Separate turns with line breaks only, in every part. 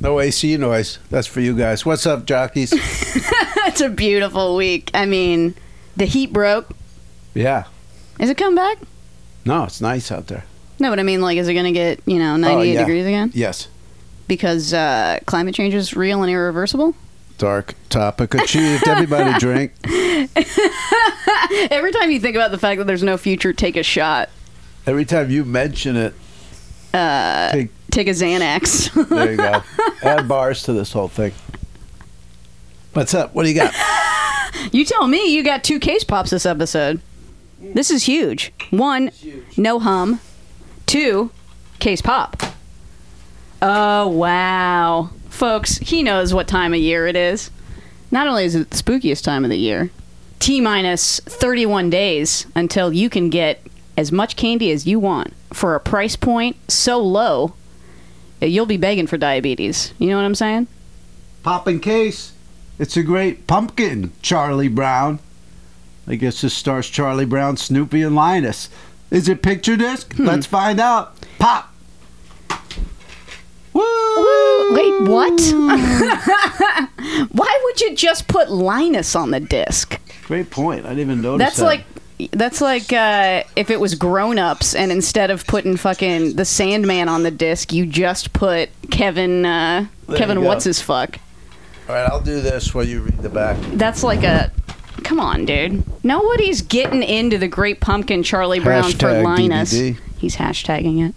No AC noise. That's for you guys. What's up, jockeys?
It's a beautiful week. I mean, the heat broke.
yeah.
Is it come back?
No, it's nice out there.
No, but I mean, like, is it going to get, you know, 98
yeah.
degrees again?
Yes.
Because uh, climate change is real and irreversible?
Dark topic achieved. Everybody drink.
Every time you think about the fact that there's no future, take a shot.
Every time you mention it, uh, take,
Take a Xanax.
there you go. Add bars to this whole thing. What's up? What do you got?
you tell me you got two case pops this episode. This is huge. One, no hum. Two, case pop. Oh, wow. Folks, he knows what time of year it is. Not only is it the spookiest time of the year, T minus 31 days until you can get as much candy as you want for a price point so low that you'll be begging for diabetes. You know what I'm saying?
Poppin' case. It's a great pumpkin, Charlie Brown. I guess this stars Charlie Brown, Snoopy, and Linus. Is it picture disc? Let's find out. Pop. Woo!
Wait, what? Why would you just put Linus on the disc?
Great point. I didn't even notice.
That's
that.
like that's like uh, if it was grown ups and instead of putting fucking the Sandman on the disc, you just put Kevin uh,
There
Kevin
you go.
what's his fuck.
All right, I'll do this while you read the back.
That's like a come on, dude. Nobody's getting into the Great Pumpkin Charlie Brown for
Hashtag
Linus.
DDD.
He's hashtagging it.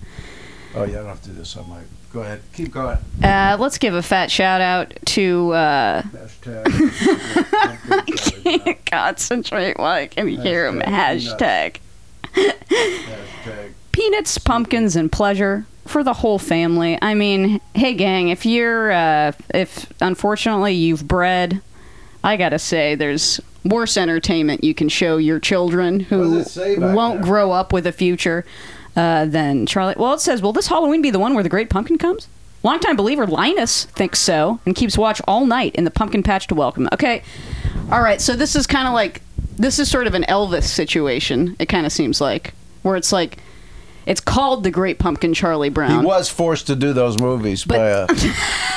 Oh yeah, I don't have to do this. I'm like, go ahead, keep going.
Uh, let's give a fat shout out to uh,
Hashtag.
can't concentrate while I can hear him.
Hashtag
Hashtag peanuts, pumpkins, and pleasure for the whole family. I mean, hey gang, if you're uh, if unfortunately you've bred, I gotta say there's worse entertainment you can show your children
What
who
does it say back
won't
there?
grow up with a future uh, than Charlie. Well, it says, will this Halloween be the one where the great pumpkin comes? Longtime believer Linus thinks so and keeps watch all night in the pumpkin patch to welcome. it. Okay, all right. So this is kind of like this is sort of an Elvis situation. It kind of seems like where it's like it's called the Great Pumpkin Charlie
He
Brown.
was forced to do those movies by a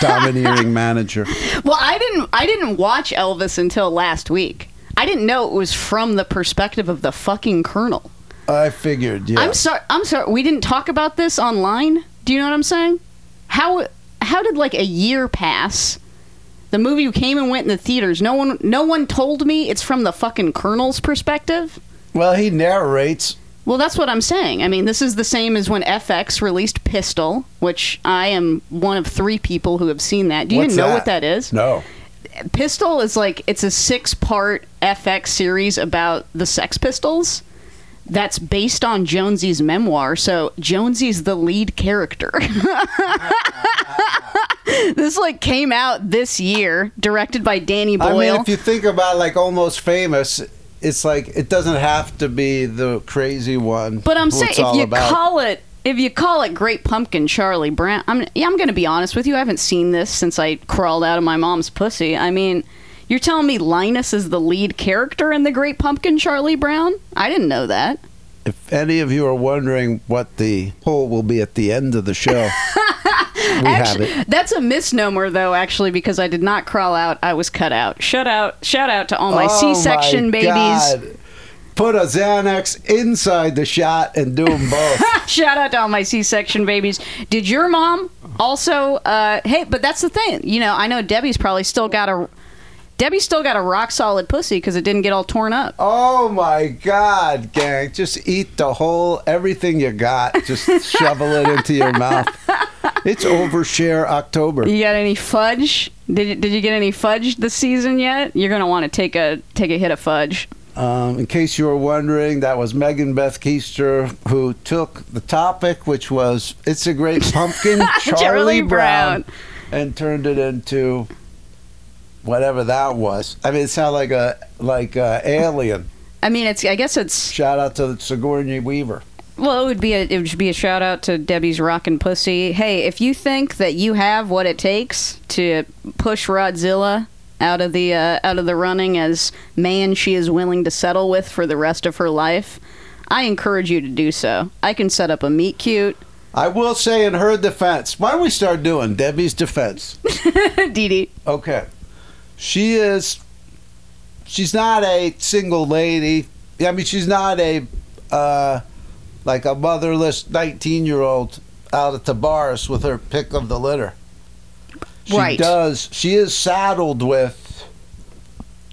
domineering manager.
well, I didn't I didn't watch Elvis until last week. I didn't know it was from the perspective of the fucking colonel.
I figured. Yeah.
I'm sorry. I'm sorry. We didn't talk about this online. Do you know what I'm saying? How how did like a year pass? The movie came and went in the theaters. No one no one told me it's from the fucking colonel's perspective.
Well, he narrates.
Well, that's what I'm saying. I mean, this is the same as when FX released Pistol, which I am one of three people who have seen that. Do you
What's
even know
that?
what that is?
No.
Pistol is like it's a six part FX series about the Sex Pistols that's based on Jonesy's memoir. So Jonesy's the lead character. this like came out this year, directed by Danny Boyle.
I mean, if you think about like almost famous, it's like it doesn't have to be the crazy one.
But I'm
who
saying
it's
if
all
you
about.
call it if you call it Great Pumpkin Charlie Brown, I'm yeah, I'm going to be honest with you. I haven't seen this since I crawled out of my mom's pussy. I mean, you're telling me Linus is the lead character in the Great Pumpkin Charlie Brown? I didn't know that.
if any of you are wondering what the poll will be at the end of the show, we have
Actually,
it.
that's a misnomer though actually because I did not crawl out. I was cut out. Shut out. Shout out to all my
Oh,
C-section
my
babies.
God. Put a Xanax inside the shot and do them both.
Shout out to all my C-section babies. Did your mom also? Uh, hey, but that's the thing. You know, I know Debbie's probably still got a Debbie's still got a rock solid pussy because it didn't get all torn up.
oh my God, gang! Just eat the whole everything you got. Just shovel it into your mouth. It's overshare October.
You got any fudge? Did you, did you get any fudge this season yet? You're gonna want to take a take a hit of fudge.
Um, in case you were wondering, that was Megan Beth Keister who took the topic, which was "It's a Great Pumpkin," Charlie,
Charlie Brown.
Brown, and turned it into whatever that was. I mean, it sounded like a like a alien.
I mean, it's I guess it's
Shout out to Sigourney Weaver.
well, it would be a it would be a shout out to Debbie's rockin' pussy. Hey, if you think that you have what it takes to push Rodzilla out of the uh, out of the running as man she is willing to settle with for the rest of her life, I encourage you to do so. I can set up a meet cute.
I will say in her defense, why don't we start doing Debbie's defense?
Dee Dee.
Okay. She is she's not a single lady. I mean she's not a uh like a motherless 19-year-old out at the bars with her pick of the litter. She
Right.
does. She is saddled with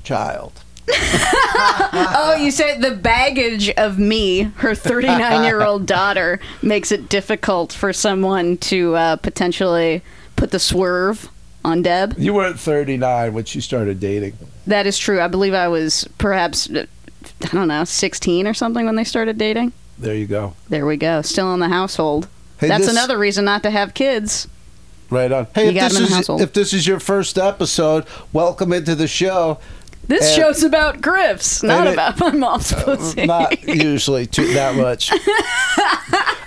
child.
Oh, you said the baggage of me, her 39 year old daughter, makes it difficult for someone to uh, potentially put the swerve on Deb.
You weren't 39 when she started dating.
That is true. I believe I was perhaps, uh, I don't know, 16 or something when they started dating.
There you go.
There we go. Still in the household.
Hey,
That's
this-
another reason not to have kids.
Right on. Hey,
You
if
got
this,
'em in the
is,
household.
if this is your first episode, welcome into the show.
This
And-
show's about Griff's, not
And it-
about my mom's pussy.
Not usually too, that much.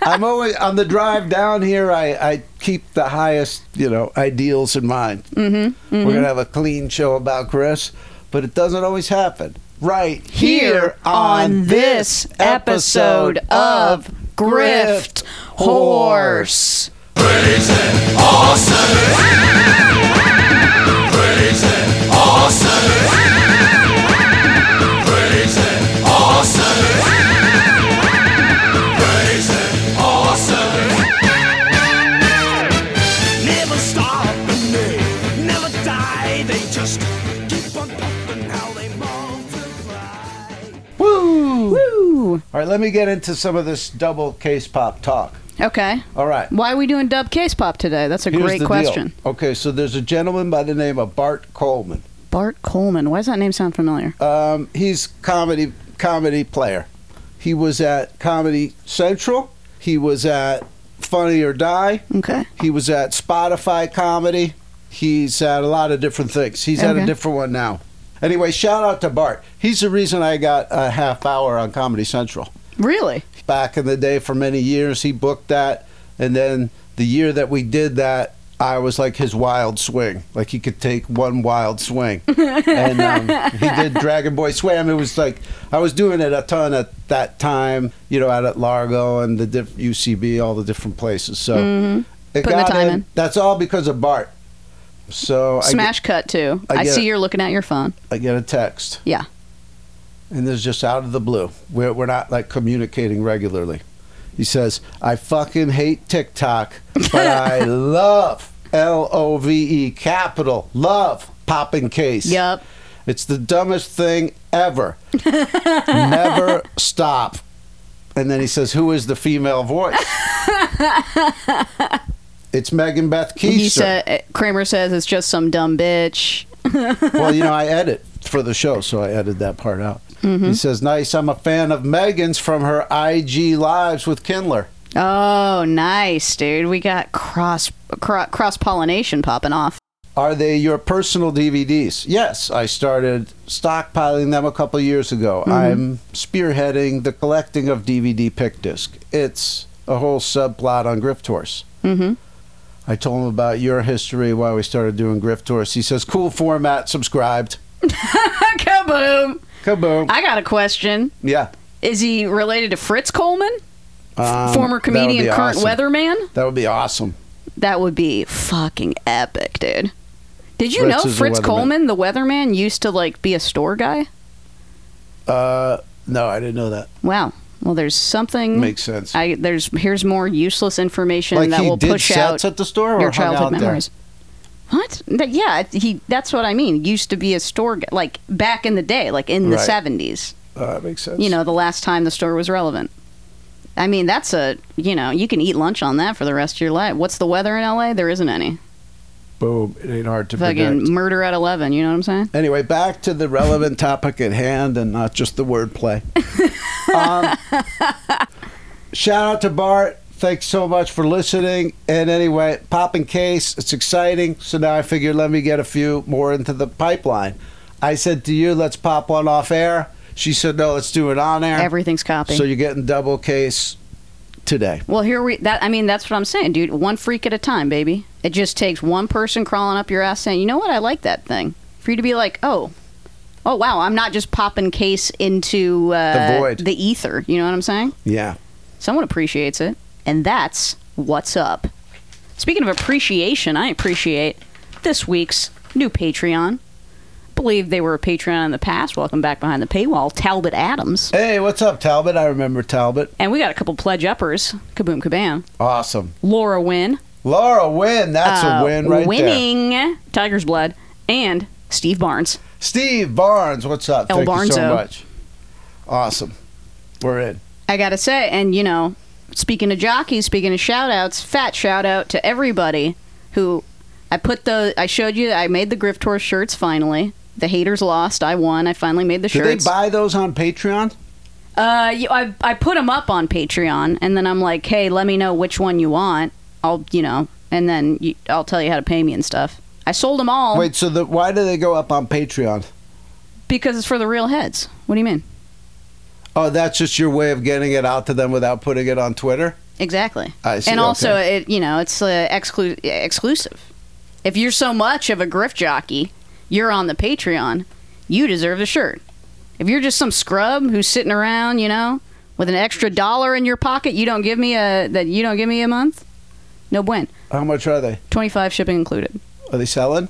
I'm always on the drive down here. I, I keep the highest you know ideals in mind. Mm-hmm, We're gonna have a clean show about Chris, but it doesn't always happen. Right here, on this episode of Grift Horse.
Never stop and they never die. They just keep on popping how they multiply.
Woo!
Woo!
All right, let me get into some of this double case pop talk.
Okay.
All right.
Why are we doing dub case pop today? That's a
Here's
great
the
question.
Deal. Okay, so there's a gentleman by the name of Bart Coleman.
Bart Coleman. Why does that name sound familiar?
Um, he's comedy comedy player. He was at Comedy Central. He was at Funny or Die.
Okay.
He was at Spotify Comedy. He's at a lot of different things. He's at a
Okay.
different one now. Anyway, shout out to Bart. He's the reason I got a half hour on Comedy Central
Really?
back in the day for many years. He booked that, and then the year that we did that, I was like his wild swing. Like he could take one wild swing, and um, he did Dragon Boy Swam. It was like I was doing it a ton at that time, you know, out at Largo and the diff- UCB, all the different places. So it
Mm-hmm. Putting the time in.
That's all because of Bart. So I get,
Smash cut too.
I
I,
get
see
it.
you're looking at your phone.
I get a text.
Yeah.
and this is just out of the blue. We're, we're not like communicating regularly. He says, I fucking hate TikTok, but I love L O V E capital love popping case.
Yup.
It's the dumbest thing ever. Never stop. And then he says, Who is the female voice? it's Megan Beth
He
Keith.
said Kramer says it's just some dumb bitch.
well, you know, I edit for the show, so I edited that part out.
Mm-hmm.
He says, "Nice. I'm a fan of Megan's from her IG lives with Kindler."
Oh, nice, dude. We got cross cro- cross pollination popping off.
Are they your personal DVDs? Yes, I started stockpiling them a couple years ago.
Mm-hmm.
I'm spearheading the collecting of DVD pick disc. It's a whole subplot on Grift Horse.
Mhm.
I told him about your history, why we started doing Grift Horse. He says, "Cool format. Subscribed."
Kaboom!
Kaboom!
I got a question.
yeah.
Is he related to Fritz Coleman,
Um,
former
that would
comedian,
be
current
awesome.
weatherman?
That would be awesome.
That would be fucking epic, dude. Did you
Fritz
know
is a
Fritz
weatherman.
Coleman, the weatherman, used to like be a store guy?
Uh, no, I didn't know that.
Wow. Well, there's something
Makes sense.
Hmm? I there's here's more useless information
like
that
he
will
did
push out
sets at the store, or
your
hung
childhood
out
memories. What? That, yeah, he. That's what I mean. Used to be a store, g- like back in the day, like in the
Right.
seventies.
There. Uh, that makes sense.
You know, the last time the store was relevant. I mean, that's a you know you can eat lunch on that for the rest of your life. What's the weather in LA? There isn't any.
boom, it ain't hard to
Fucking
predict.
murder at eleven. You know what I'm saying?
Anyway, back to the relevant topic at hand, and not just the wordplay. um, shout out to Bart. Thanks so much for listening. And anyway, popping case, it's exciting. So now I figured let me get a few more into the pipeline. I said to you, let's pop one off air. She said, no, let's do it on air.
Everything's copy.
so you're getting double case today.
Well, here we that I mean that's what I'm saying, dude. One freak at a time, baby. It just takes one person crawling up your ass saying, "You know what? I like that thing." For you to be like, "Oh, oh wow, I'm not just popping case into uh,
The void.
ether." You know what I'm saying?
Yeah.
Someone appreciates it, and that's what's up. Speaking of appreciation, I appreciate this week's new Patreon. Believe they were a Patreon in the past. Welcome back behind the paywall, Talbot Adams.
Hey, what's up, Talbot? I remember Talbot.
And we got a couple pledge uppers. Kaboom, kabam.
Awesome.
Laura Wynn.
Laura, win. That's
uh,
a win right there.
winning Tiger's Blood. And Steve Barnes.
Steve Barnes, what's up?
El
Thank you so
Barnzo.
much. Awesome. We're in.
I gotta say, and you know, speaking of jockeys, speaking of shout outs, fat shout out to everybody who I put the I showed you I made the Grift Tour shirts finally. The haters lost. I won. I finally made the
Did
shirts.
they buy those on Patreon?
uh, you, I I put them up on Patreon, and then I'm like, hey, let me know which one you want. I'll you know, and then you, I'll tell you how to pay me and stuff. I sold them all
Wait, so the, why do they go up on Patreon?
because it's for the real heads. What do you mean?
Oh, that's just your way of getting it out to them without putting it on Twitter?
Exactly.
I see,
And also,
okay.
it you know, it's uh, exclu- exclusive. If you're so much of a grift jockey, you're on the Patreon. You deserve the shirt. If you're just some scrub who's sitting around, you know, with an extra dollar in your pocket, you don't give me a that you don't give me a month. No bueno.
How much are they?
Twenty five shipping included.
Are they selling?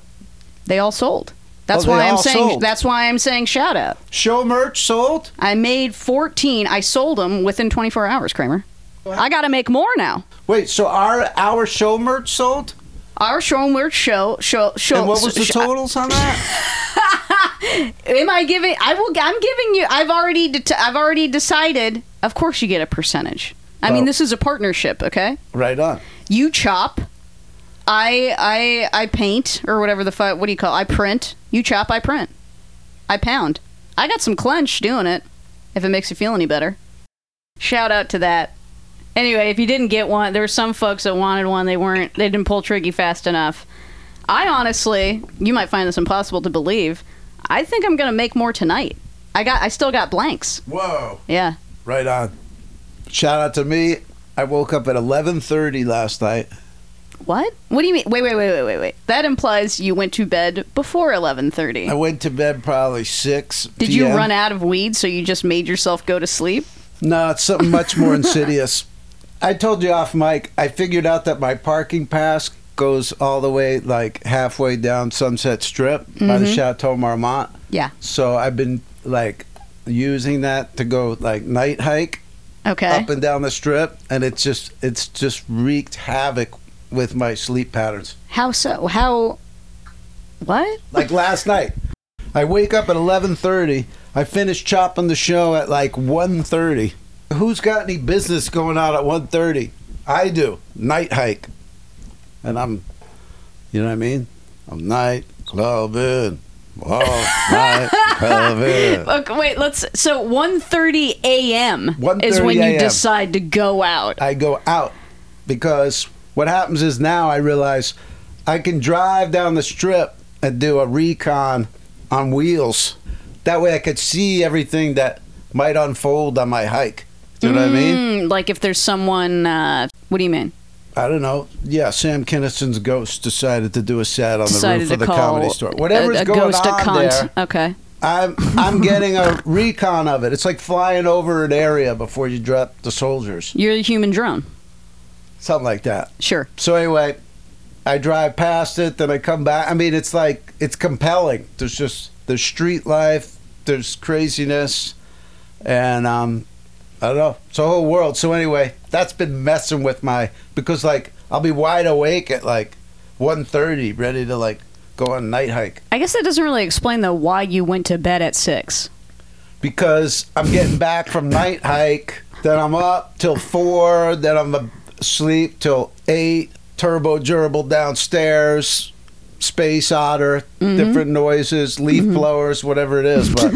They all sold. That's
Oh, they
why I'm
all
saying.
sold.
That's why I'm saying shout out.
Show merch sold?
I made fourteen. I sold them within twenty four hours, Kramer. I got to make more now.
Wait, so our our show merch sold?
Our Schoenwert show show show.
and what was the
sh-
totals on that?
Am I giving? I will. I'm giving you. I've already. Det- I've already decided. Of course, you get a percentage. I mean,
Oh.
this is a partnership. Okay,
right on.
you chop. I I I paint or whatever the fuck. What do you call? It? I print. You chop. I print. I pound. I got some clench doing it. If it makes you feel any better. Shout out to that. Anyway, if you didn't get one, there were some folks that wanted one. They weren't. They didn't pull Triggy fast enough. I honestly, you might find this impossible to believe. I think I'm gonna make more tonight. I got. I still got blanks.
Whoa.
Yeah.
Right on. Shout out to me. I woke up at 11:30 last night.
What? What do you mean? Wait, wait, wait, wait, wait, wait. That implies you went to bed before eleven thirty.
I went to bed probably 6
Did you run out of weed, so you just made yourself go to sleep?
No, it's something much more insidious. I told you off mic. I figured out that my parking pass goes all the way like halfway down Sunset Strip by the Chateau Marmont.
Mm-hmm. Yeah.
So I've been like using that to go like night hike
Okay.
up and down the strip, and it's just it's just wreaked havoc with my sleep patterns.
How so? How? What?
Like last night, I wake up at eleven thirty. I finish chopping the show at like 1.30. Who's got any business going out at 1.30? I do. Night hike, and I'm, you know what I mean? I'm night clubbing. Oh, night clubbing.
Okay, wait. Let's. So one thirty a.m. is
1:30
when you
a.m..
decide to go out.
I go out because what happens is now I realize I can drive down the strip and do a recon on wheels. That way I could see everything that might unfold on my hike. Do you know what I mean?
Mm, like if there's someone. Uh, what do you mean?
I don't know. Yeah, Sam Kinnison's ghost decided to do a set on
Decided
the roof
to
of the
call
comedy store. Whatever's
a, a
going
ghost
on
a cunt.
there,
Okay.
I'm I'm getting a recon of it. It's like flying over an area before you drop the soldiers,
You're the human drone.
something like that.
Sure.
So anyway, I drive past it, then I come back. I mean, it's like it's compelling. There's just there's street life, there's craziness, and um, I don't know, it's a whole world. So anyway, that's been messing with my because like I'll be wide awake at like 1.30, ready to like go on a night hike
I guess that doesn't really explain though why you went to bed at six.
because I'm getting back from night hike. Then I'm up till four. Then I'm asleep till eight. Turbo gerbil downstairs. Space otter. Different noises. Leaf
Mm-hmm.
blowers. Whatever it is, but.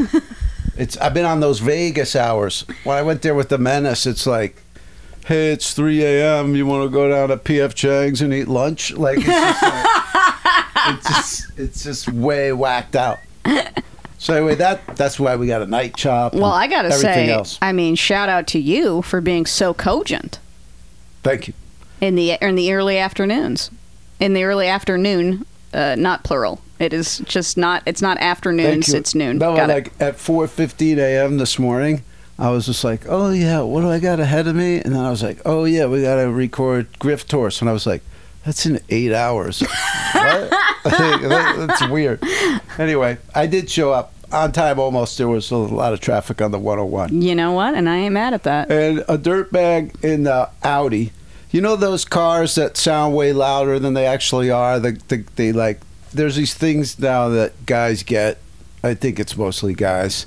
It's I've been on those Vegas hours. When I went there with the Menace, it's like, hey, it's 3 a.m. You want to go down to PF Chang's and eat lunch? Like it's just, like, it's, just it's just way whacked out. So anyway, that that's why we got a night chop. and
Well, I gotta
Hmm. everything
say,
else.
I mean, shout out to you for being so cogent
Thank you.
in the in the early afternoons. In the early afternoon, uh, not plural. It is just not. It's not
Thank
afternoons.
you.
It's noon.
No,
Got it.
like at 4:15 a.m. this morning, I was just like, oh yeah, what do I got ahead of me? And then I was like, oh yeah, we got to record Griff Torse. And I was like, that's in eight hours. what? Like, that- that's weird. Anyway, I did show up on time almost. There was a lot of traffic on the 101
You know what? And I ain't mad at that.
and a dirtbag in the Audi. You know those cars that sound way louder than they actually are. The, the they like there's these things now that guys get. I think it's mostly guys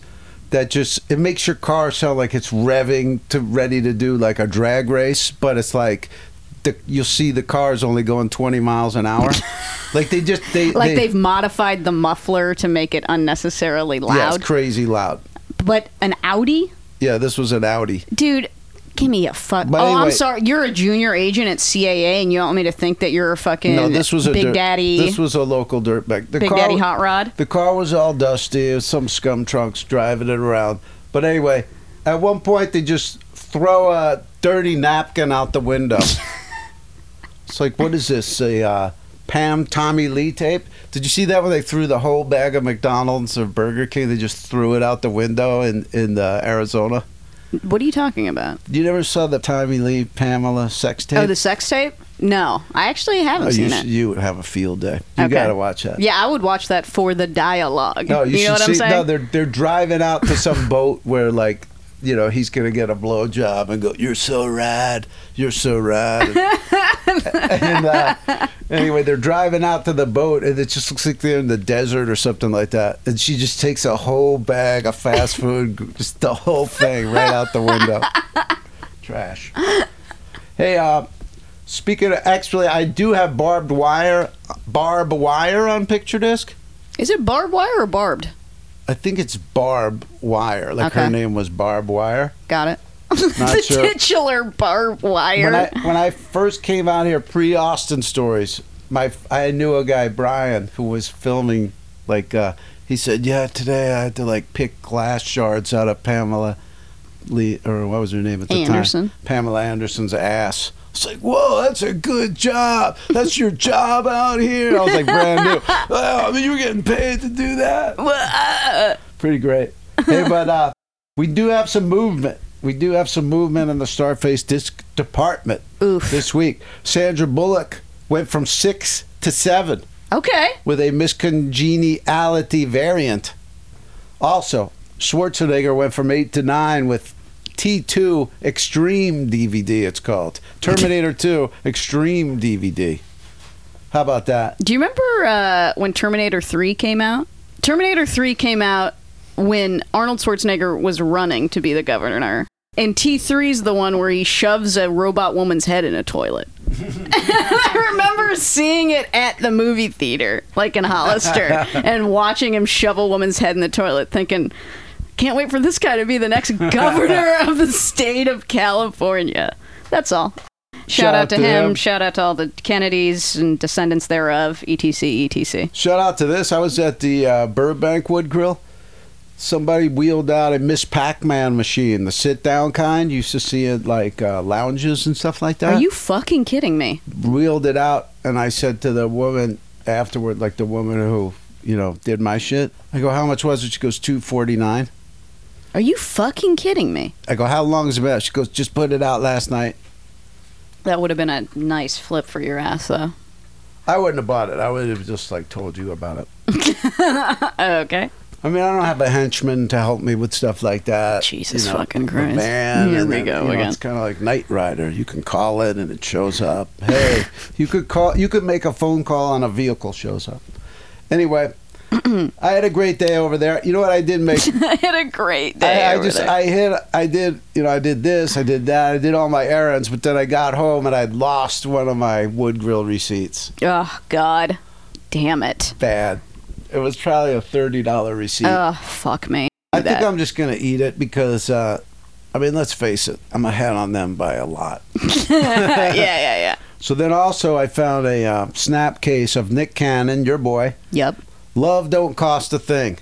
that just it makes your car sound like it's revving to ready to do like a drag race, but it's like. The, you'll see the cars only going 20 miles an hour like they just they
Like
they,
they've modified the muffler to make it unnecessarily
yeah, it's
loud.
crazy loud
but an Audi?
yeah this was an audi
Dude, give me a fuck.
But
oh, I'm
anyway-
sorry. You're a junior agent at CAA and you want me to think that you're a fucking
no this was a
Big
dirt-
Daddy
this was a local dirtbag the
Big
car
Daddy
wa-
Hot Rod?
The car was all dusty. It was some scum trunks driving it around. But anyway, at one point they just throw a dirty napkin out the window. it's like, what is this? A uh, Pam Tommy Lee tape? Did you see that when they threw the whole bag of McDonald's or Burger King? They just threw it out the window in in uh, Arizona.
What are you talking about?
You never saw the Tommy Lee Pamela sex tape?
Oh, the sex tape? No, I actually haven't
Oh,
seen
you,
it.
should- you would have a field day. You
Okay.
gotta watch that.
Yeah, I would watch that for the dialogue.
No, you,
you
should
know what I'm
see.
saying?
No, they're they're driving out to some boat where like. You know he's gonna get a blowjob and go. You're so rad. You're so rad. and uh, anyway, they're driving out to the boat, and it just looks like they're in the desert or something like that. And she just takes a whole bag of fast food, just the whole thing right out the window. Trash. Hey, uh, speaking of, actually, I do have barbed wire, barbed wire on picture disc.
Is it barbed wire or barbed?
I think it's Barb Wire. Like her
Okay.
name was Barb Wire.
Got it.
Not
the
sure.
titular barbed wire.
When I when I first came out here pre Austin stories, my I knew a guy Brian who was filming. Like uh, he said, yeah, today I had to like pick glass shards out of Pamela Lee or what was her name at the
Anderson.
time? Pamela Anderson's ass. It's like, whoa, that's a good job. That's your job out here. I was like, brand new. Oh, I mean, you were getting paid to do that. pretty great. Hey, but uh, we do have some movement. We do have some movement in the Starface disc department
Oof.
this week. Sandra Bullock went from six to seven
okay.
with a miscongeniality variant. Also, Schwarzenegger went from eight to nine with T2 Extreme DVD, it's called. Terminator 2 Extreme DVD. How about that?
Do you remember uh, when Terminator 3 came out? Terminator 3 came out when Arnold Schwarzenegger was running to be the governor. And T3's the one where he shoves a robot woman's head in a toilet. I remember seeing it at the movie theater, like in Hollister, and watching him shove a woman's head in the toilet, thinking, can't wait for this guy to be the next governor of the state of California. That's all. Shout, out, to, him. Shout out to all the Kennedys and descendants thereof, E etc., etc.
Shout out to this. I was at the uh, Burbank Wood Grill. Somebody wheeled out a Miss Pac Man machine, the sit down kind. You used to see it like uh, lounges and stuff like that.
Are you fucking kidding me?
wheeled it out, and I said to the woman afterward, like the woman who, you know, did my shit. I go, how much was it? She goes, two forty nine.
Are you fucking kidding me?
I go, how long has it been? out?" She goes, just put it out last night.
That would have been a nice flip for your ass, though.
I wouldn't have bought it. I would have just like told you about it.
Okay.
I mean, I don't have a henchman to help me with stuff like that.
Jesus
you know, a
fucking Christ.
van,
Here
and
we
then,
go
you know,
again.
It's kind of like Knight Rider. You can call it and it shows up. Hey, you could call. You could make a phone call and a vehicle shows up. Anyway, I had a great day over there. You know what I did make?
I had a great day.
I, I
over
just
there.
I hit I did you know I did this I did that I did all my errands but then I got home and I'd lost one of my wood grill receipts.
oh God, damn it.
Bad. It was probably a thirty dollar receipt.
Oh fuck me.
I
Do
think
that.
I'm just gonna eat it because uh, I mean let's face it I'm ahead on them by a lot.
yeah, yeah, yeah.
So then also I found a uh, snap case of Nick Cannon your boy
Yep.
Love don't cost a thing.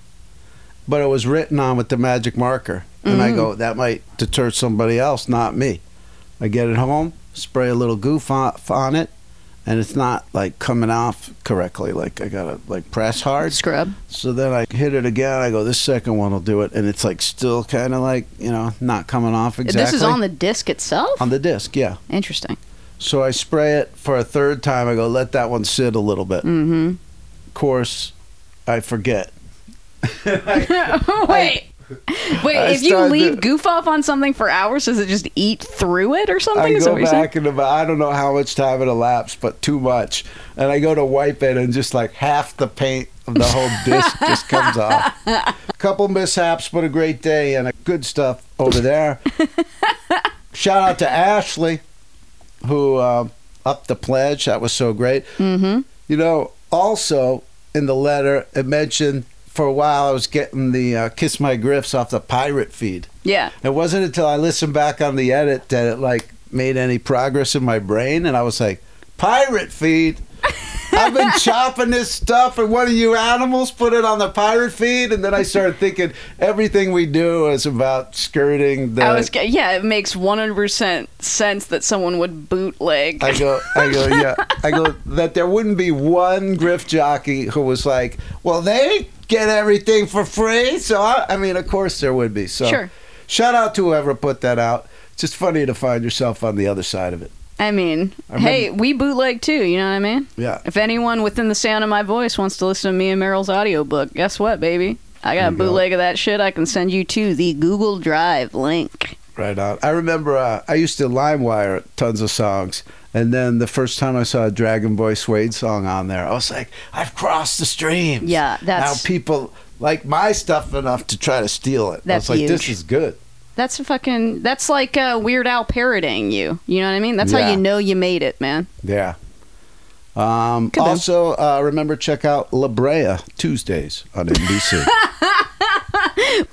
But it was written on with the magic marker. And I
Mm.
go, that might deter somebody else, not me. I get it home, spray a little goof on, on it, and it's not like coming off correctly. Like I gotta like press hard.
Scrub.
So then I hit it again. I go, this second one will do it, and it's like still kind of like you know not coming off exactly.
This is on the disc itself?
on the disc, yeah.
Interesting.
So I spray it for a third time. I go, let that one sit a little bit. Of
Mm-hmm.
course, I forget.
Wait. Wait,
I
if you
started
leave
to-
goof off on something for hours, does it just eat through it or something?
I
Is that
go
what you're saying?
back and about, I don't know how much time it elapsed, but too much. And I go to wipe it, and just like half the paint of the whole disc just comes off. Couple mishaps, but a great day and a good stuff over there. Shout out to Ashley, who um upped the pledge. That was so great.
Mhm.
You know, also in the letter, it mentioned for a while I was getting the uh, Kiss My Griffs off the pirate feed.
Yeah.
It wasn't until I listened back on the edit that it like made any progress in my brain, and I was like, "Pirate feed." I've been chopping this stuff, and one of you animals put it on the pirate feed, and then I started thinking everything we do is about skirting the.
I was ge- yeah, it makes 100% sense that someone would bootleg.
I go, I go, yeah. I go that there wouldn't be one griff jockey who was like, "Well, they get everything for free." So I, I mean, of course there would be. So
Sure.
shout out to whoever put that out. It's just funny to find yourself on the other side of it.
I mean,
remember-
hey, we bootleg too, you know what I mean?
Yeah.
If anyone within the sound of my voice wants to listen to me and Meryl's audiobook, guess what, baby? I got a
you go.
bootleg of that shit I can send you to the Google Drive link.
Right on. I remember uh, I used to LimeWire tons of songs, and then the first time I saw a Dragon Boy Suede song on there, I was like, "I've crossed the streams."
Yeah, that's-
now people like my stuff enough to try to steal it.
That's
I was like, "This
huge.
is good."
That's a fucking that's like uh, Weird Al parroting you. You know what I mean? That's how
Yeah.
you know you made it, man.
Yeah. Um,
Good then.
also, uh, remember check out La Brea Tuesdays on NBC.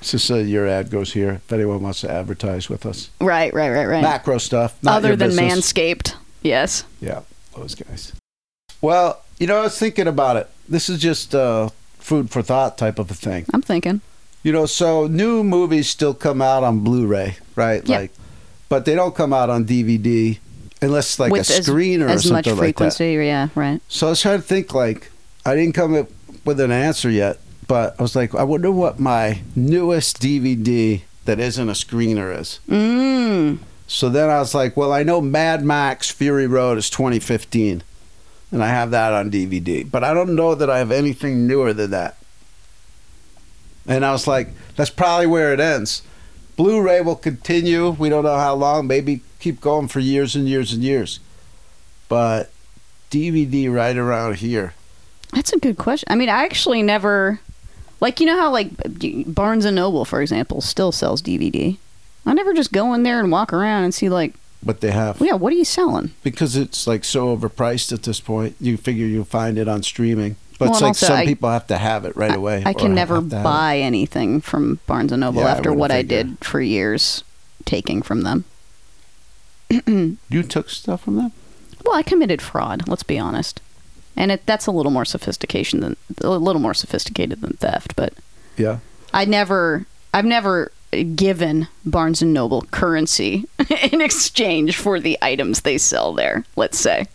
Just so uh, your ad goes here. If anyone wants to advertise with us,
Right, right, right, right.
macro stuff, not
Other
your
than
business.
Manscaped. Yes.
Yeah, those guys. Well, you know, I was thinking about it. This is just uh, food for thought type of a thing.
I'm thinking.
You know, so new movies still come out on Blu-ray, right?
Yeah.
Like, but they don't come out on DVD unless like
With
a
as-
screener
as
or something like
much
that.
frequency, yeah, right.
So I was trying to think like I didn't come up with an answer yet, but I was like, I wonder what my newest DVD that isn't a screener is.
Mm.
So then I was like, well, I know Mad Max Fury Road is 2015, and I have that on DVD, but I don't know that I have anything newer than that. And I was like, that's probably where it ends. Blu ray will continue. We don't know how long, maybe keep going for years and years and years. But DVD right around here.
That's a good question. I mean, I actually never like you know how like B- Barnes and Noble, for example, still sells DVD. I never just go in there and walk around and see like,
But they have,
yeah, what are you selling?
because it's like so overpriced at this point, you figure you'll find it on streaming. But
Well,
it's
and
like
also
some
I-
people have to have it right
I-
away.
I,
or
can never
have to have it.
buy anything from Barnes and Noble
Yeah, I
after
would've
what I
figured.
did for years taking from them.
You took stuff from them?
Well, I committed fraud. Let's be honest, and it, that's a little more sophistication than a little more sophisticated than theft. But
Yeah.
I never, I've never given Barnes and Noble currency in exchange for the items they sell there. Let's say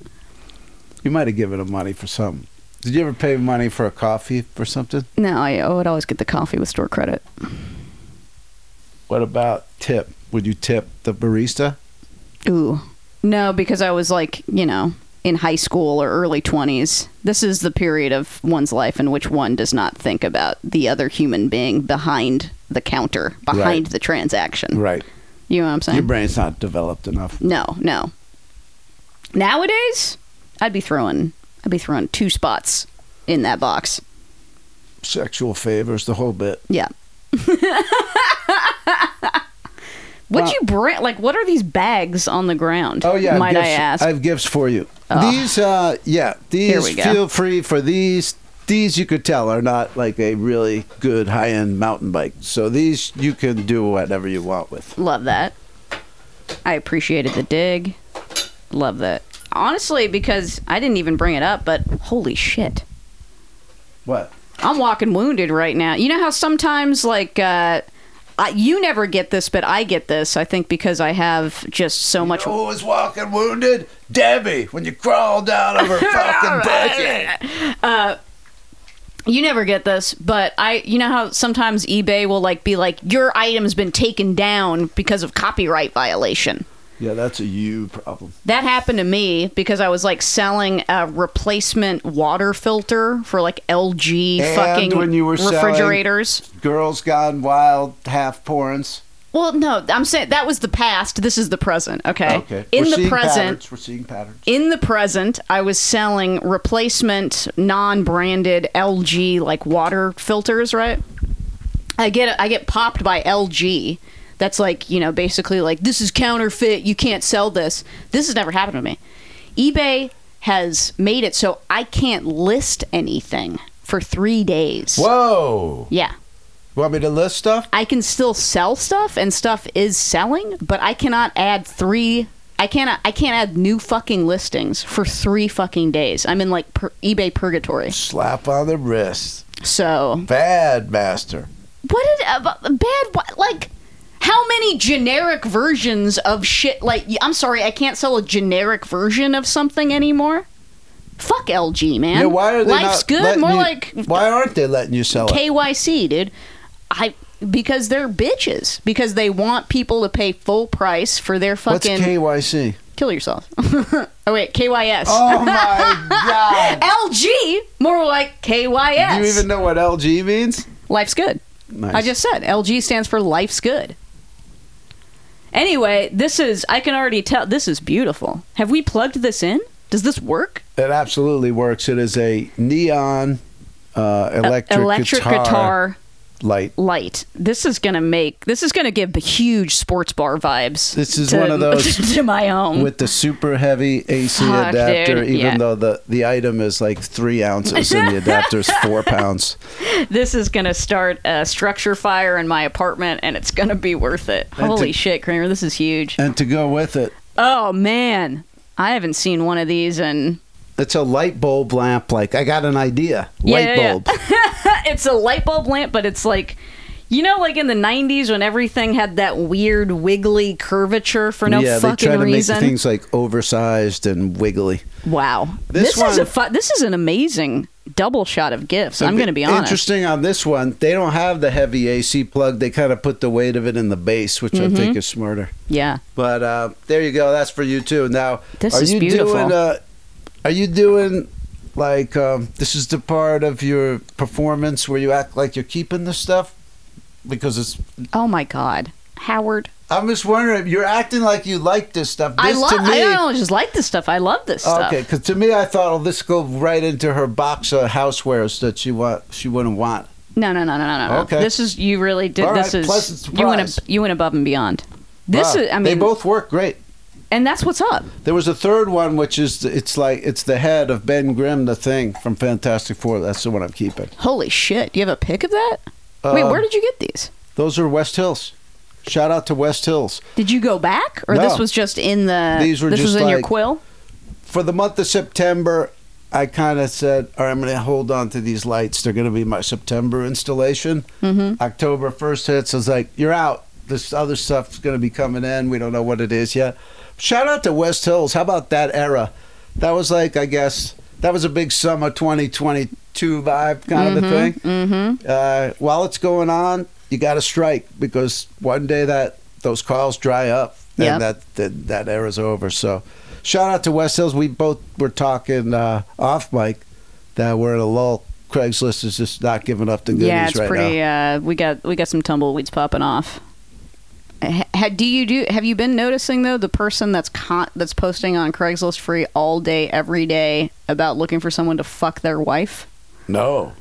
You might have given them money for something. Did you ever pay money for a coffee for something?
no, I would always get the coffee with store credit.
What about tip? Would you tip the barista?
Ooh, no, because I was like, you know, in high school or early twenties. This is the period of one's life in which one does not think about the other human being behind the counter, behind
Right.
the transaction.
Right.
You know what I'm saying?
Your brain's not developed enough.
no, no. Nowadays, I'd be throwing, I'd be throwing two spots in that box.
Sexual favors, the whole bit.
Yeah. What'd
Well-
you bring? Like, what are these bags on the ground?
Oh yeah. I've
might I
gifts-
ask? Oh.
I have gifts for you. These, uh, yeah. These
we go.
feel free for these. These you could tell are not like a really good high end mountain bike. So these you can do whatever you want with.
Love that. I appreciated the dig. Love that. Honestly, because I didn't even bring it up, but holy shit.
What?
I'm walking wounded right now. You know how sometimes, like, uh, I, you never get this, but I get this. I think because I have just so much.
Who was walking wounded? Debbie, when you crawled out of her fucking bucket.
You never get this, but I, you know how sometimes eBay will like be like, your item's been taken down because of copyright violation.
Yeah, that's a you problem.
That happened to me because I was like selling a replacement water filter for like LG
And
fucking
when you were selling-
refrigerators.
Girls Gone Wild, half porns.
Well, no, I'm saying that was the past. This is the present. Okay.
Okay.
In
We're
the
seeing
present,
patterns. We're seeing patterns.
in the present, I was selling replacement non-branded LG like water filters, right? I get I get popped by LG. That's like, you know, basically like this is counterfeit, you can't sell this. This has never happened to me. eBay has made it so I can't list anything for 3 days.
Whoa.
Yeah.
You want me to list stuff?
I can still sell stuff and stuff is selling, but I cannot add three. I cannot. I can't add new fucking listings for three fucking days. I'm in like per, eBay purgatory.
Slap on the wrist.
So
Bad master.
what did uh, bad? What like? How many generic versions of shit? Like I'm sorry, I can't sell a generic version of something anymore. Fuck LG, man.
yeah, why are they
Life's
not
good.
letting
More
you-
like
Why aren't they letting you sell it?
KYC, dude. I because they're bitches because they want people to pay full price for their
What's
fucking
KYC?
kill yourself. oh wait, KYS.
Oh my god.
LG, more like KYS.
Do you even know what LG means?
Life's good.
Nice.
I just said LG stands for life's good. Anyway, this is I can already tell this is beautiful. Have we plugged this in? Does this work?
It absolutely works. It is a neon uh, electric,
E-, Electric
guitar,
guitar
light.
light. This is gonna make this is gonna give huge sports bar vibes.
This is
to-
one of those
to my home.
With the super heavy AC
Mm-hmm. Fuck,
adapter,
dude.
even
Yeah.
though the, the item is like three ounces and the adapter is four pounds.
this is gonna start a structure fire in my apartment, and it's gonna be worth it.
to-
Holy shit, Kramer, this is huge.
And to go with it,
Oh man, I haven't seen one of these, and
it's a light bulb lamp. Like, I got an idea.
Yeah,
Light
yeah, yeah.
bulb.
it's a light bulb lamp, but it's like. You know, like in the '90s, when everything had that weird wiggly curvature for no
yeah, they
fucking
try to
reason.
make things like oversized and wiggly.
wow,
This
this, is
one-
a fu- this is an amazing double shot of gifts. I'm going to be honest.
Interesting on this one, they don't have the heavy AC plug. They kind of put the weight of it in the base, which I
Mm-hmm.
think is smarter.
Yeah,
But uh, there you go. That's for you too. Now,
This
are
is
you
beautiful.
doing? Uh, are you doing like um, this is the part of your performance where you act like you're keeping the stuff because it's.
Oh my God, Howard!
I'm just wondering. You're acting like you like this stuff. This
I love.
to me,
I don't just like this stuff. I love this stuff.
Okay, because to me, I thought, oh, this go right into her box of housewares that she want, she wouldn't want.
No, no, no, no, no, no.
Okay.
This is you really did.
All
this
right, pleasant
is you went
surprise.
ab- you went above and beyond. This
Wow.
is. I
they
mean,
both work great.
and that's what's up.
There was a third one, which is it's like it's the head of Ben Grimm, the thing from Fantastic Four. That's the one I'm keeping.
Holy shit! Do you have a pic of that? Wait,
Um,
where did you get these?
Those are West Hills. Shout out to West Hills.
Did you go back, or
no.
this was just in the?
These were
this was
just
in your
like-
quill.
For the month of September, I kind of said, all right, I'm going to hold on to these lights. They're going to be my September installation. Mm-hmm. October 1st hits. I was like, you're out. This other stuff's going to be coming in. We don't know what it is yet. Shout out to West Hills. How about that era? That was like, I guess, that was a big summer 2022 vibe kind of a thing.
Mm-hmm.
uh, while it's going on, you got to strike because one day that those calls dry up and
Yep.
that, that that era's over. So, shout out to West Hills. We both were talking uh, off mic that we're in a lull. Craigslist is just not giving up the goodies
Yeah, it's
right
pretty.
now.
Uh, we got we got some tumbleweeds popping off. Ha, ha- do you do? Have you been noticing though the person that's con- that's posting on Craigslist free all day, every day about looking for someone to fuck their wife?
No,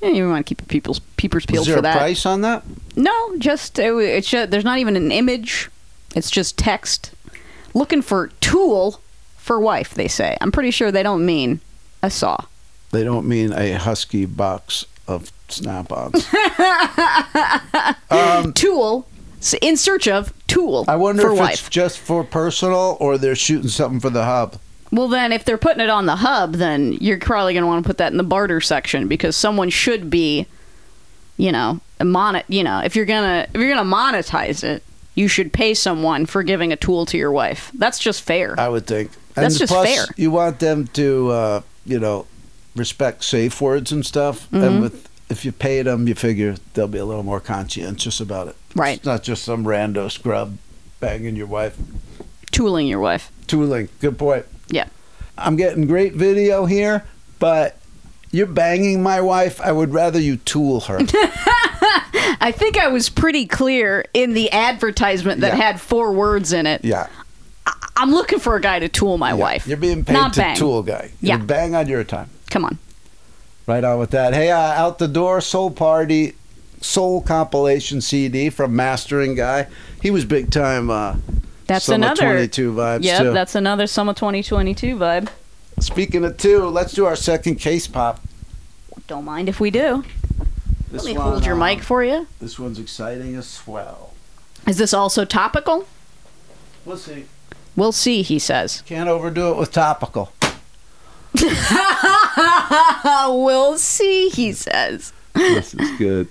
Yeah, you want to keep your people's peepers
is
peeled
there
for
a
that.
price on that?
No, just it, it's ju- there's not even an image. It's just text. Looking for tool for wife, they say. I'm pretty sure they don't mean a saw.
They don't mean a husky box of snap-ons.
tool s- in search of tool
Um, I wonder
for
if
wife.
it's just for personal or they're shooting something for the hub.
Well, then if they're putting it on the hub, then you're probably going to want to put that in the barter section because someone should be, you know, mon- you know, if you're gonna if you're gonna monetize it, you should pay someone for giving a tool to your wife. That's just fair.
I would think.
That's just
plus,
fair.
You want them to, uh, you know, respect safe words and stuff.
Mm-hmm.
And with if you pay them, you figure they'll be a little more conscientious about it.
Right.
It's not just some rando scrub banging your wife.
Tooling your wife.
Tooling. Good point.
Yeah.
I'm getting great video here, but you're banging my wife. I would rather you tool her.
I think I was pretty clear in the advertisement that
Yeah.
had four words in it.
yeah.
I- I'm looking for a guy to tool my
yeah.
wife.
You're being paid
Not
to
bang.
tool guy.
Yeah.
You're bang on your time.
Come on.
Right on with that. Hey, uh, out the door, Soul Party, Soul compilation CD from Mastering Guy. He was big time. Uh,
That's
Summer
another.
22 vibes
Yep,
too.
that's another summer 2022 vibe.
Speaking of two, let's do our second case pop.
Don't mind if we do.
This
Let me
one,
hold your
uh,
mic for you.
This one's exciting as well.
Is this also topical?
We'll see.
We'll see, he says.
Can't overdo it with topical.
we'll see, he says.
this is good.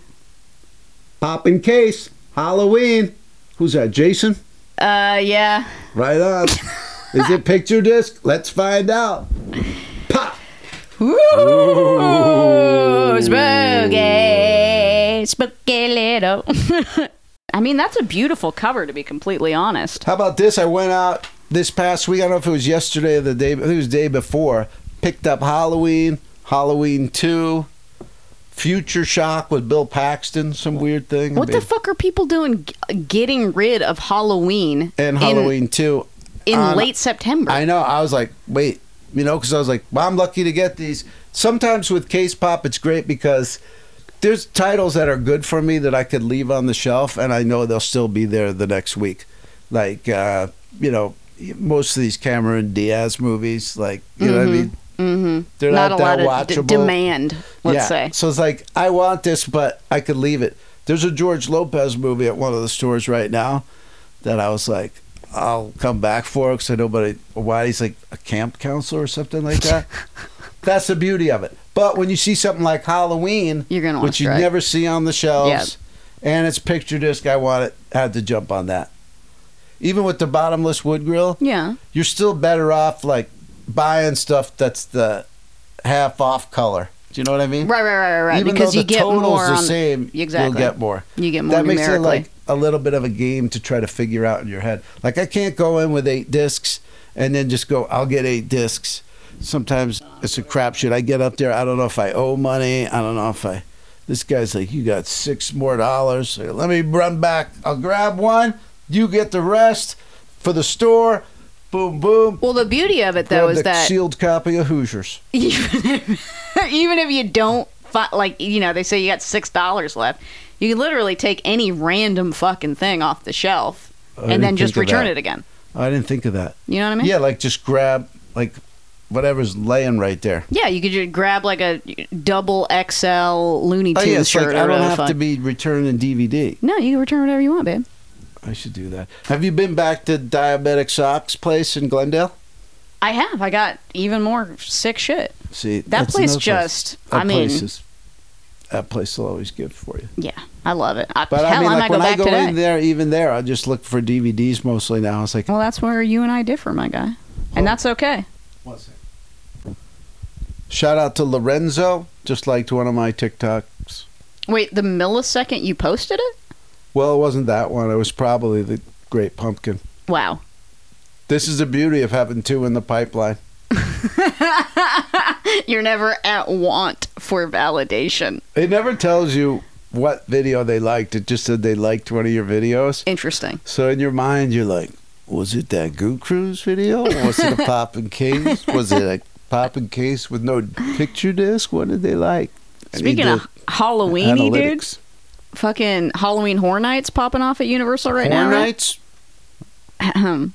Pop in case Halloween. Who's that? Jason.
Uh, yeah.
Right on. is it picture disc? Let's find out. Pop.
Ooh, spooky, spooky little. I mean, that's a beautiful cover, to be completely honest.
How about this? I went out this past week. I don't know if it was yesterday or the day. I think it was the day before. Picked up Halloween, Halloween Two, Future Shock with Bill Paxton. Some weird thing.
What
I mean,
the fuck are people doing g- getting rid of Halloween
and
in-
Halloween Two.
in,
on-
late September?
I know. I was like, wait, you know, because I was like, well, I'm lucky to get these. Sometimes with Case Pop, it's great because there's titles that are good for me that I could leave on the shelf, and I know they'll still be there the next week. Like, uh, you know, most of these Cameron Diaz movies, like, you know what I mean?
mm-hmm.
They're
Not
not,
a lot
that
of d-
watchable.
demand, let's
Yeah.
say.
So it's like, I want this, but I could leave it. There's a George Lopez movie at one of the stores right now that I was like, I'll come back for because I know but why he's like a camp counselor or something like that. That's the beauty of it. But when you see something like Halloween,
You're gonna
which
wanna
you
try it.
never see on the shelves, and it's picture disc, I want it. I had to jump on that. Even with the bottomless wood grill,
Yeah.
you're still better off like buying stuff that's the half off color. Do you know what I mean?
Right, right, right, right, right.
Even
because
though
you
the
get
total's
more
the
on,
same,
Exactly.
you'll get more.
you get more
That makes it
numerically.
like a little bit of a game to try to figure out in your head. Like I can't go in with eight discs and then just go, I'll get eight discs. Sometimes it's a crapshoot. I get up there, I don't know if I owe money. I don't know if I. This guy's like, you got six more dollars. So Let me run back. I'll grab one. You get the rest for the store. Boom, boom.
well, the beauty of it though
Grab
is
the
that
sealed copy of Hoosiers.
even if, even if you don't fi- like you know they say you got six dollars left you can literally take any random fucking thing off the shelf
I
and then
didn't
just
think of
return
that.
it Mm-hmm. again
I didn't think of that.
you know what i mean
Yeah, like just grab like whatever's laying right there.
Yeah, you could just grab like a double xl looney
Oh,
tunes
yeah, it's
shirt
like,
or
I don't
whatever the
have to
fuck.
be returning DVD.
no you can return whatever you want babe
I should do that. Have you been back to Diabetic Socks place in Glendale?
i have i got even more sick shit
See,
that
that's
place
another
just
That
i mean
place is, that place will always give for you.
yeah i love it I,
But
hell
I mean, like
i might go
when
back
I go
today
in there, even there, I just look for DVDs mostly now. I was like,
well that's where you and i differ my guy
Oh.
and that's okay
shout out to Lorenzo, just liked one of my TikToks.
wait the millisecond you posted it
Well, it wasn't that one. It was probably the Great Pumpkin.
wow
This is the beauty of having two in the pipeline.
You're never at want for validation.
It never tells you what video they liked. It just said they liked one of your videos.
Interesting.
So in your mind, you're like, was it that Goo Cruise video? Was it a poppin' case? Was it a poppin' case with no picture disc? What did they like? I need
Speaking
the
of Halloweeny, dude,
analytics.
fucking Halloween Horror Nights popping off at Universal right
Horror
now. right?
Nights?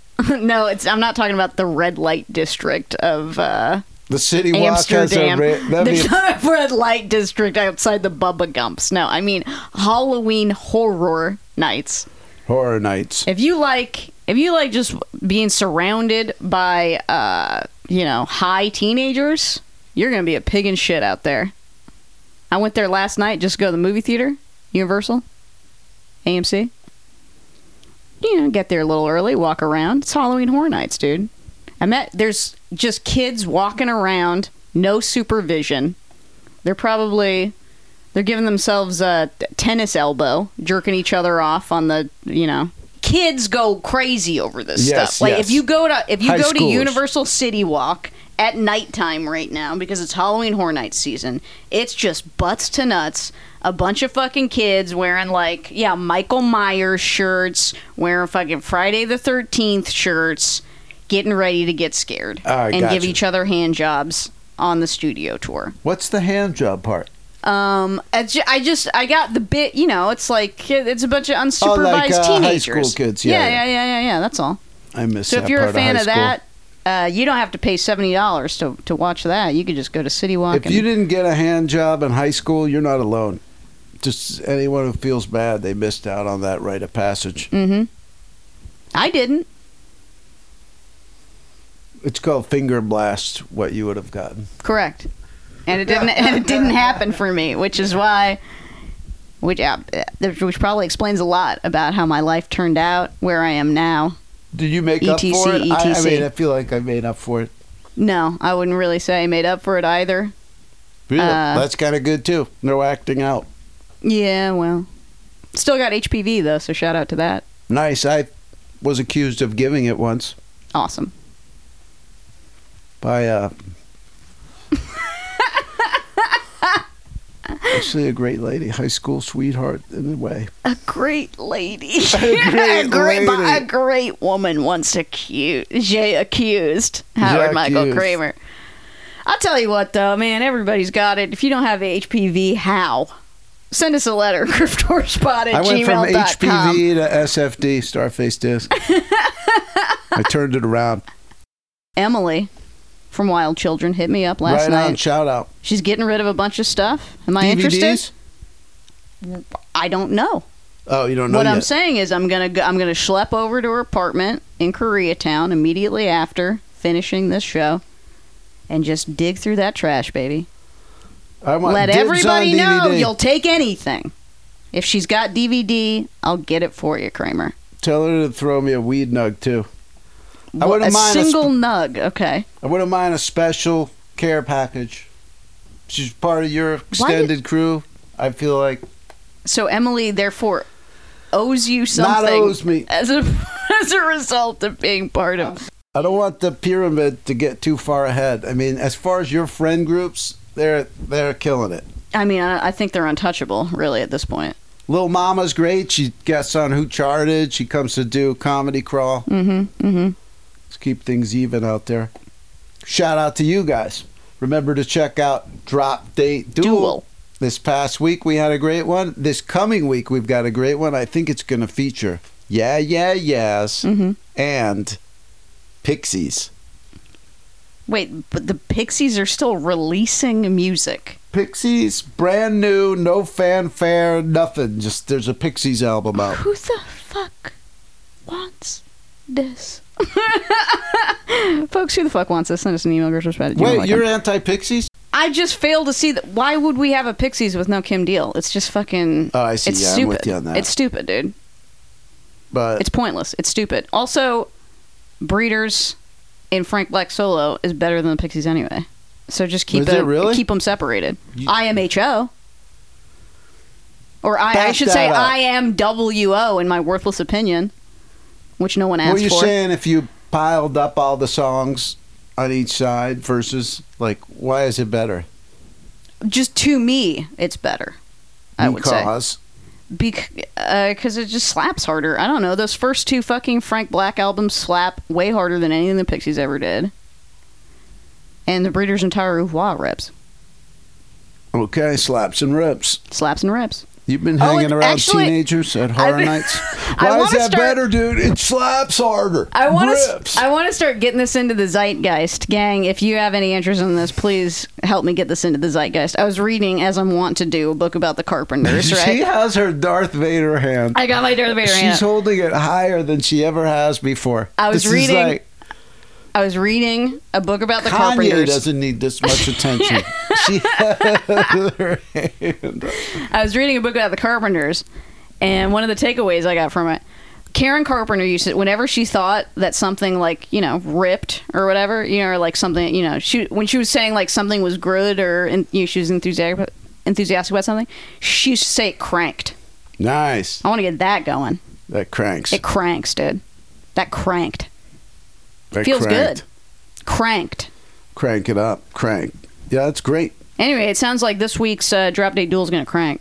no, it's I'm not talking about the red light district of uh,
The City Walk has a
Amsterdam.
ra- that'd be-
the red light district outside the Bubba Gumps. No, I mean Halloween Horror Nights.
Horror Nights.
if you like if you like just being surrounded by uh you know high teenagers you're gonna be a pig and shit out there i went there last night just to go to the movie theater Universal, AMC. You know, get there a little early, walk around. It's Halloween Horror Nights, dude. I met there's just kids walking around, no supervision. They're probably they're giving themselves a t- tennis elbow, jerking each other off on the you know. Kids go crazy over this
Yes,
stuff. Like
yes.
if you go to if you
High
go to
schoolers.
Universal City Walk at nighttime right now because it's Halloween Horror Night season, it's just butts to nuts. A bunch of fucking kids wearing like yeah Michael Myers shirts, wearing fucking Friday the Thirteenth shirts, getting ready to get scared
All right,
and give
Ah, gotcha.
each other hand jobs on the studio tour.
What's the hand job part?
Um, I ju- I just I got the bit. You know, it's like it's a bunch of unsupervised
Oh, like, uh, high
teenagers,
school kids. Yeah,
yeah,
yeah.
yeah, yeah, yeah, yeah. That's all.
I miss
So
that
if you're a
part of
fan
high
of,
school.
that, uh, you don't have to pay seventy dollars to to watch that. You could just go to City Walk.
If
and,
you didn't get a hand job in high school, you're not alone. Just anyone who feels bad they missed out on that rite of passage.
hmm I didn't.
It's called finger blast. What you would have gotten.
Correct. And it didn't. and it didn't happen for me, which is why, which uh, which probably explains a lot about how my life turned out, where I am now.
Did you make up
ETC,
for it? I, I
ETC.
mean, I feel like I made up for it.
No, I wouldn't really say I made up for it either.
Really?
Uh,
That's kind of good too. No acting out.
Yeah, well, still got HPV though, so shout out to that.
Nice. I was accused of giving it once
Awesome.
by uh actually a great lady, high school sweetheart in a way.
A great lady.
great
but
lady.
a great woman once accused. Jay accused Howard
Yeah,
Michael
accused.
Kramer. I'll tell you what, though, man, everybody's got it. If you don't have HPV, how? Send us a letter, griftdoorspot
I
at
went from
gmail.com.
HPV to SFD, Starface Disc. I turned it around.
Emily from Wild Children hit me up last
right
night.
on, shout out.
She's getting rid of a bunch of stuff. Am I interested? I don't know.
Oh, you don't know
what I'm
yet.
saying is, I'm gonna go, I'm gonna schlep over to her apartment in Koreatown immediately after finishing this show, and just dig through that trash, baby.
I want
Let
dibs on
everybody know
DVD.
you'll take anything. If she's got DVD, I'll get it for you, Kramer.
Tell her to throw me a weed nug, too. I
What-
wouldn't
a
mind a
single nug, okay?
I wouldn't mind a special care package. She's part of your extended crew. I feel like
So Emily, therefore, owes you something.
not owes me.
as a as a result of being part of.
I don't want the pyramid to get too far ahead. I mean, as far as your friend groups, they're they're killing it.
I mean, I, I think they're untouchable, really, at this point.
Little Mama's great. She guests on Who Charted. She comes to do comedy crawl.
Mm-hmm. Mm-hmm.
Let's keep things even out there. Shout out to you guys. Remember to check out Drop Date Duel.
Duel.
This past week we had a great one. This coming week we've got a great one. I think it's going to feature Yeah, Yeah, Yes
Mm-hmm.
and Pixies.
Wait, but the Pixies are still releasing music.
Pixies, brand new, no fanfare, nothing. Just there's a Pixies album out.
Who the fuck wants this? Folks, who the fuck wants this? Send us an email. Grizzlespad at
Wait,
gmail.com.
you're anti Pixies?
I just fail to see that. Why would we have a Pixies with no Kim Deal? It's just fucking.
Oh, I see.
It's
yeah,
stupid.
I'm with you on that.
It's stupid, dude.
but
It's pointless. It's stupid. Also, Breeders and Frank Black solo is better than the Pixies anyway. So just keep
Is it
a-
really?
keep them separated.
You-
IMHO. Or I, I
Back
should
that
say
up.
IMWO in my worthless opinion, which no one asked
what are you
for.
saying if you piled up all the songs on each side versus like why is it better?
Just to me, it's better. I would say.
because
because uh 'cause it just slaps harder. I don't know. Those first two fucking Frank Black albums slap way harder than anything the Pixies ever did. And the Breeders' entire repertoire reps
okay, slaps and rips.
slaps and reps.
You've been
Oh,
hanging
and
around
actually-
teenagers at horror
I've-
nights. Why
I
is
wanna
that
start-
better, dude? It slaps harder.
I want
rips.
to. I want to start getting this into the zeitgeist, gang. If you have any interest in this, please help me get this into the zeitgeist. I was reading, as I'm wont to do, a book about the Carpenters.
She
Right?
has her Darth Vader hand.
I got my Darth Vader. hand
She's
up.
holding it higher than she ever has before.
I was
This is
reading-
like-
I was reading a book about the
Kanye
Carpenters.
doesn't need this much attention. she
I was reading a book about the Carpenters, and one of the takeaways I got from it, Karen Carpenter used to, whenever she thought that something like you know ripped or whatever, you know, or like something, you know, she when she was saying like something was good or and you know, she was enthusiastic enthusiastic about something, she used to say it cranked.
nice.
I want to get that going.
That cranks.
It cranks, dude. That cranked.
That
Feels
cranked.
good. Cranked.
Crank it up. Crank. Yeah, that's great.
Anyway, it sounds like this week's uh, drop date duel is gonna crank.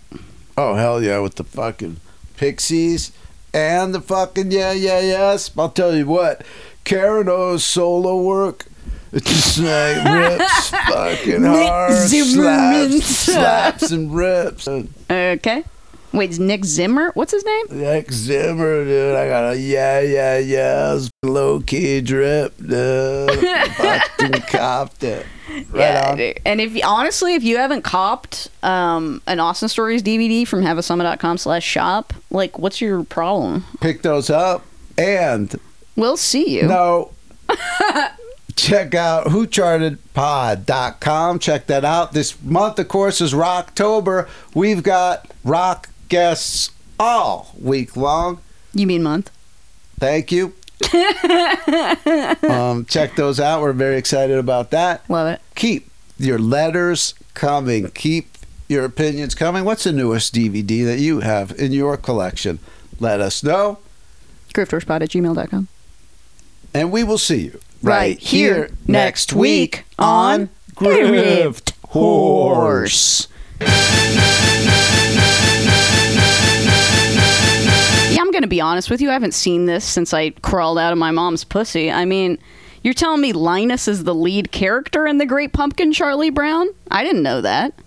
Oh hell yeah, with the fucking Pixies and the fucking yeah yeah yes. I'll tell you what, Karen O's solo work. It just like rips fucking
Nick
hard,
Zimmerman.
slaps, slaps and rips. And
Okay. Wait, is Nick Zimmer? What's his name?
Nick Zimmer, dude, I got a yeah yeah yes low key drip, dude. fucking copped it. Right
yeah,
on.
dude. and if honestly, if you haven't copped um, an Austin Stories DVD from havasummit.com slash shop, like, what's your problem?
Pick those up and
We'll see you.
No. Check out whochartedpod.com. Check that out. This month, of course, is Rocktober. We've got rock guests all week long.
You mean month?
Thank you. um, check those out. We're very excited about that.
Love it.
Keep your letters coming. Keep your opinions coming. What's the newest DVD that you have in your collection? Let us know.
Grifterspot at gmail.com.
And we will see you
Right here next week on Grift Horse. Yeah, I'm going to be honest with you. I haven't seen this since I crawled out of my mom's pussy. I mean, you're telling me Linus is the lead character in The Great Pumpkin, Charlie Brown? I didn't know that.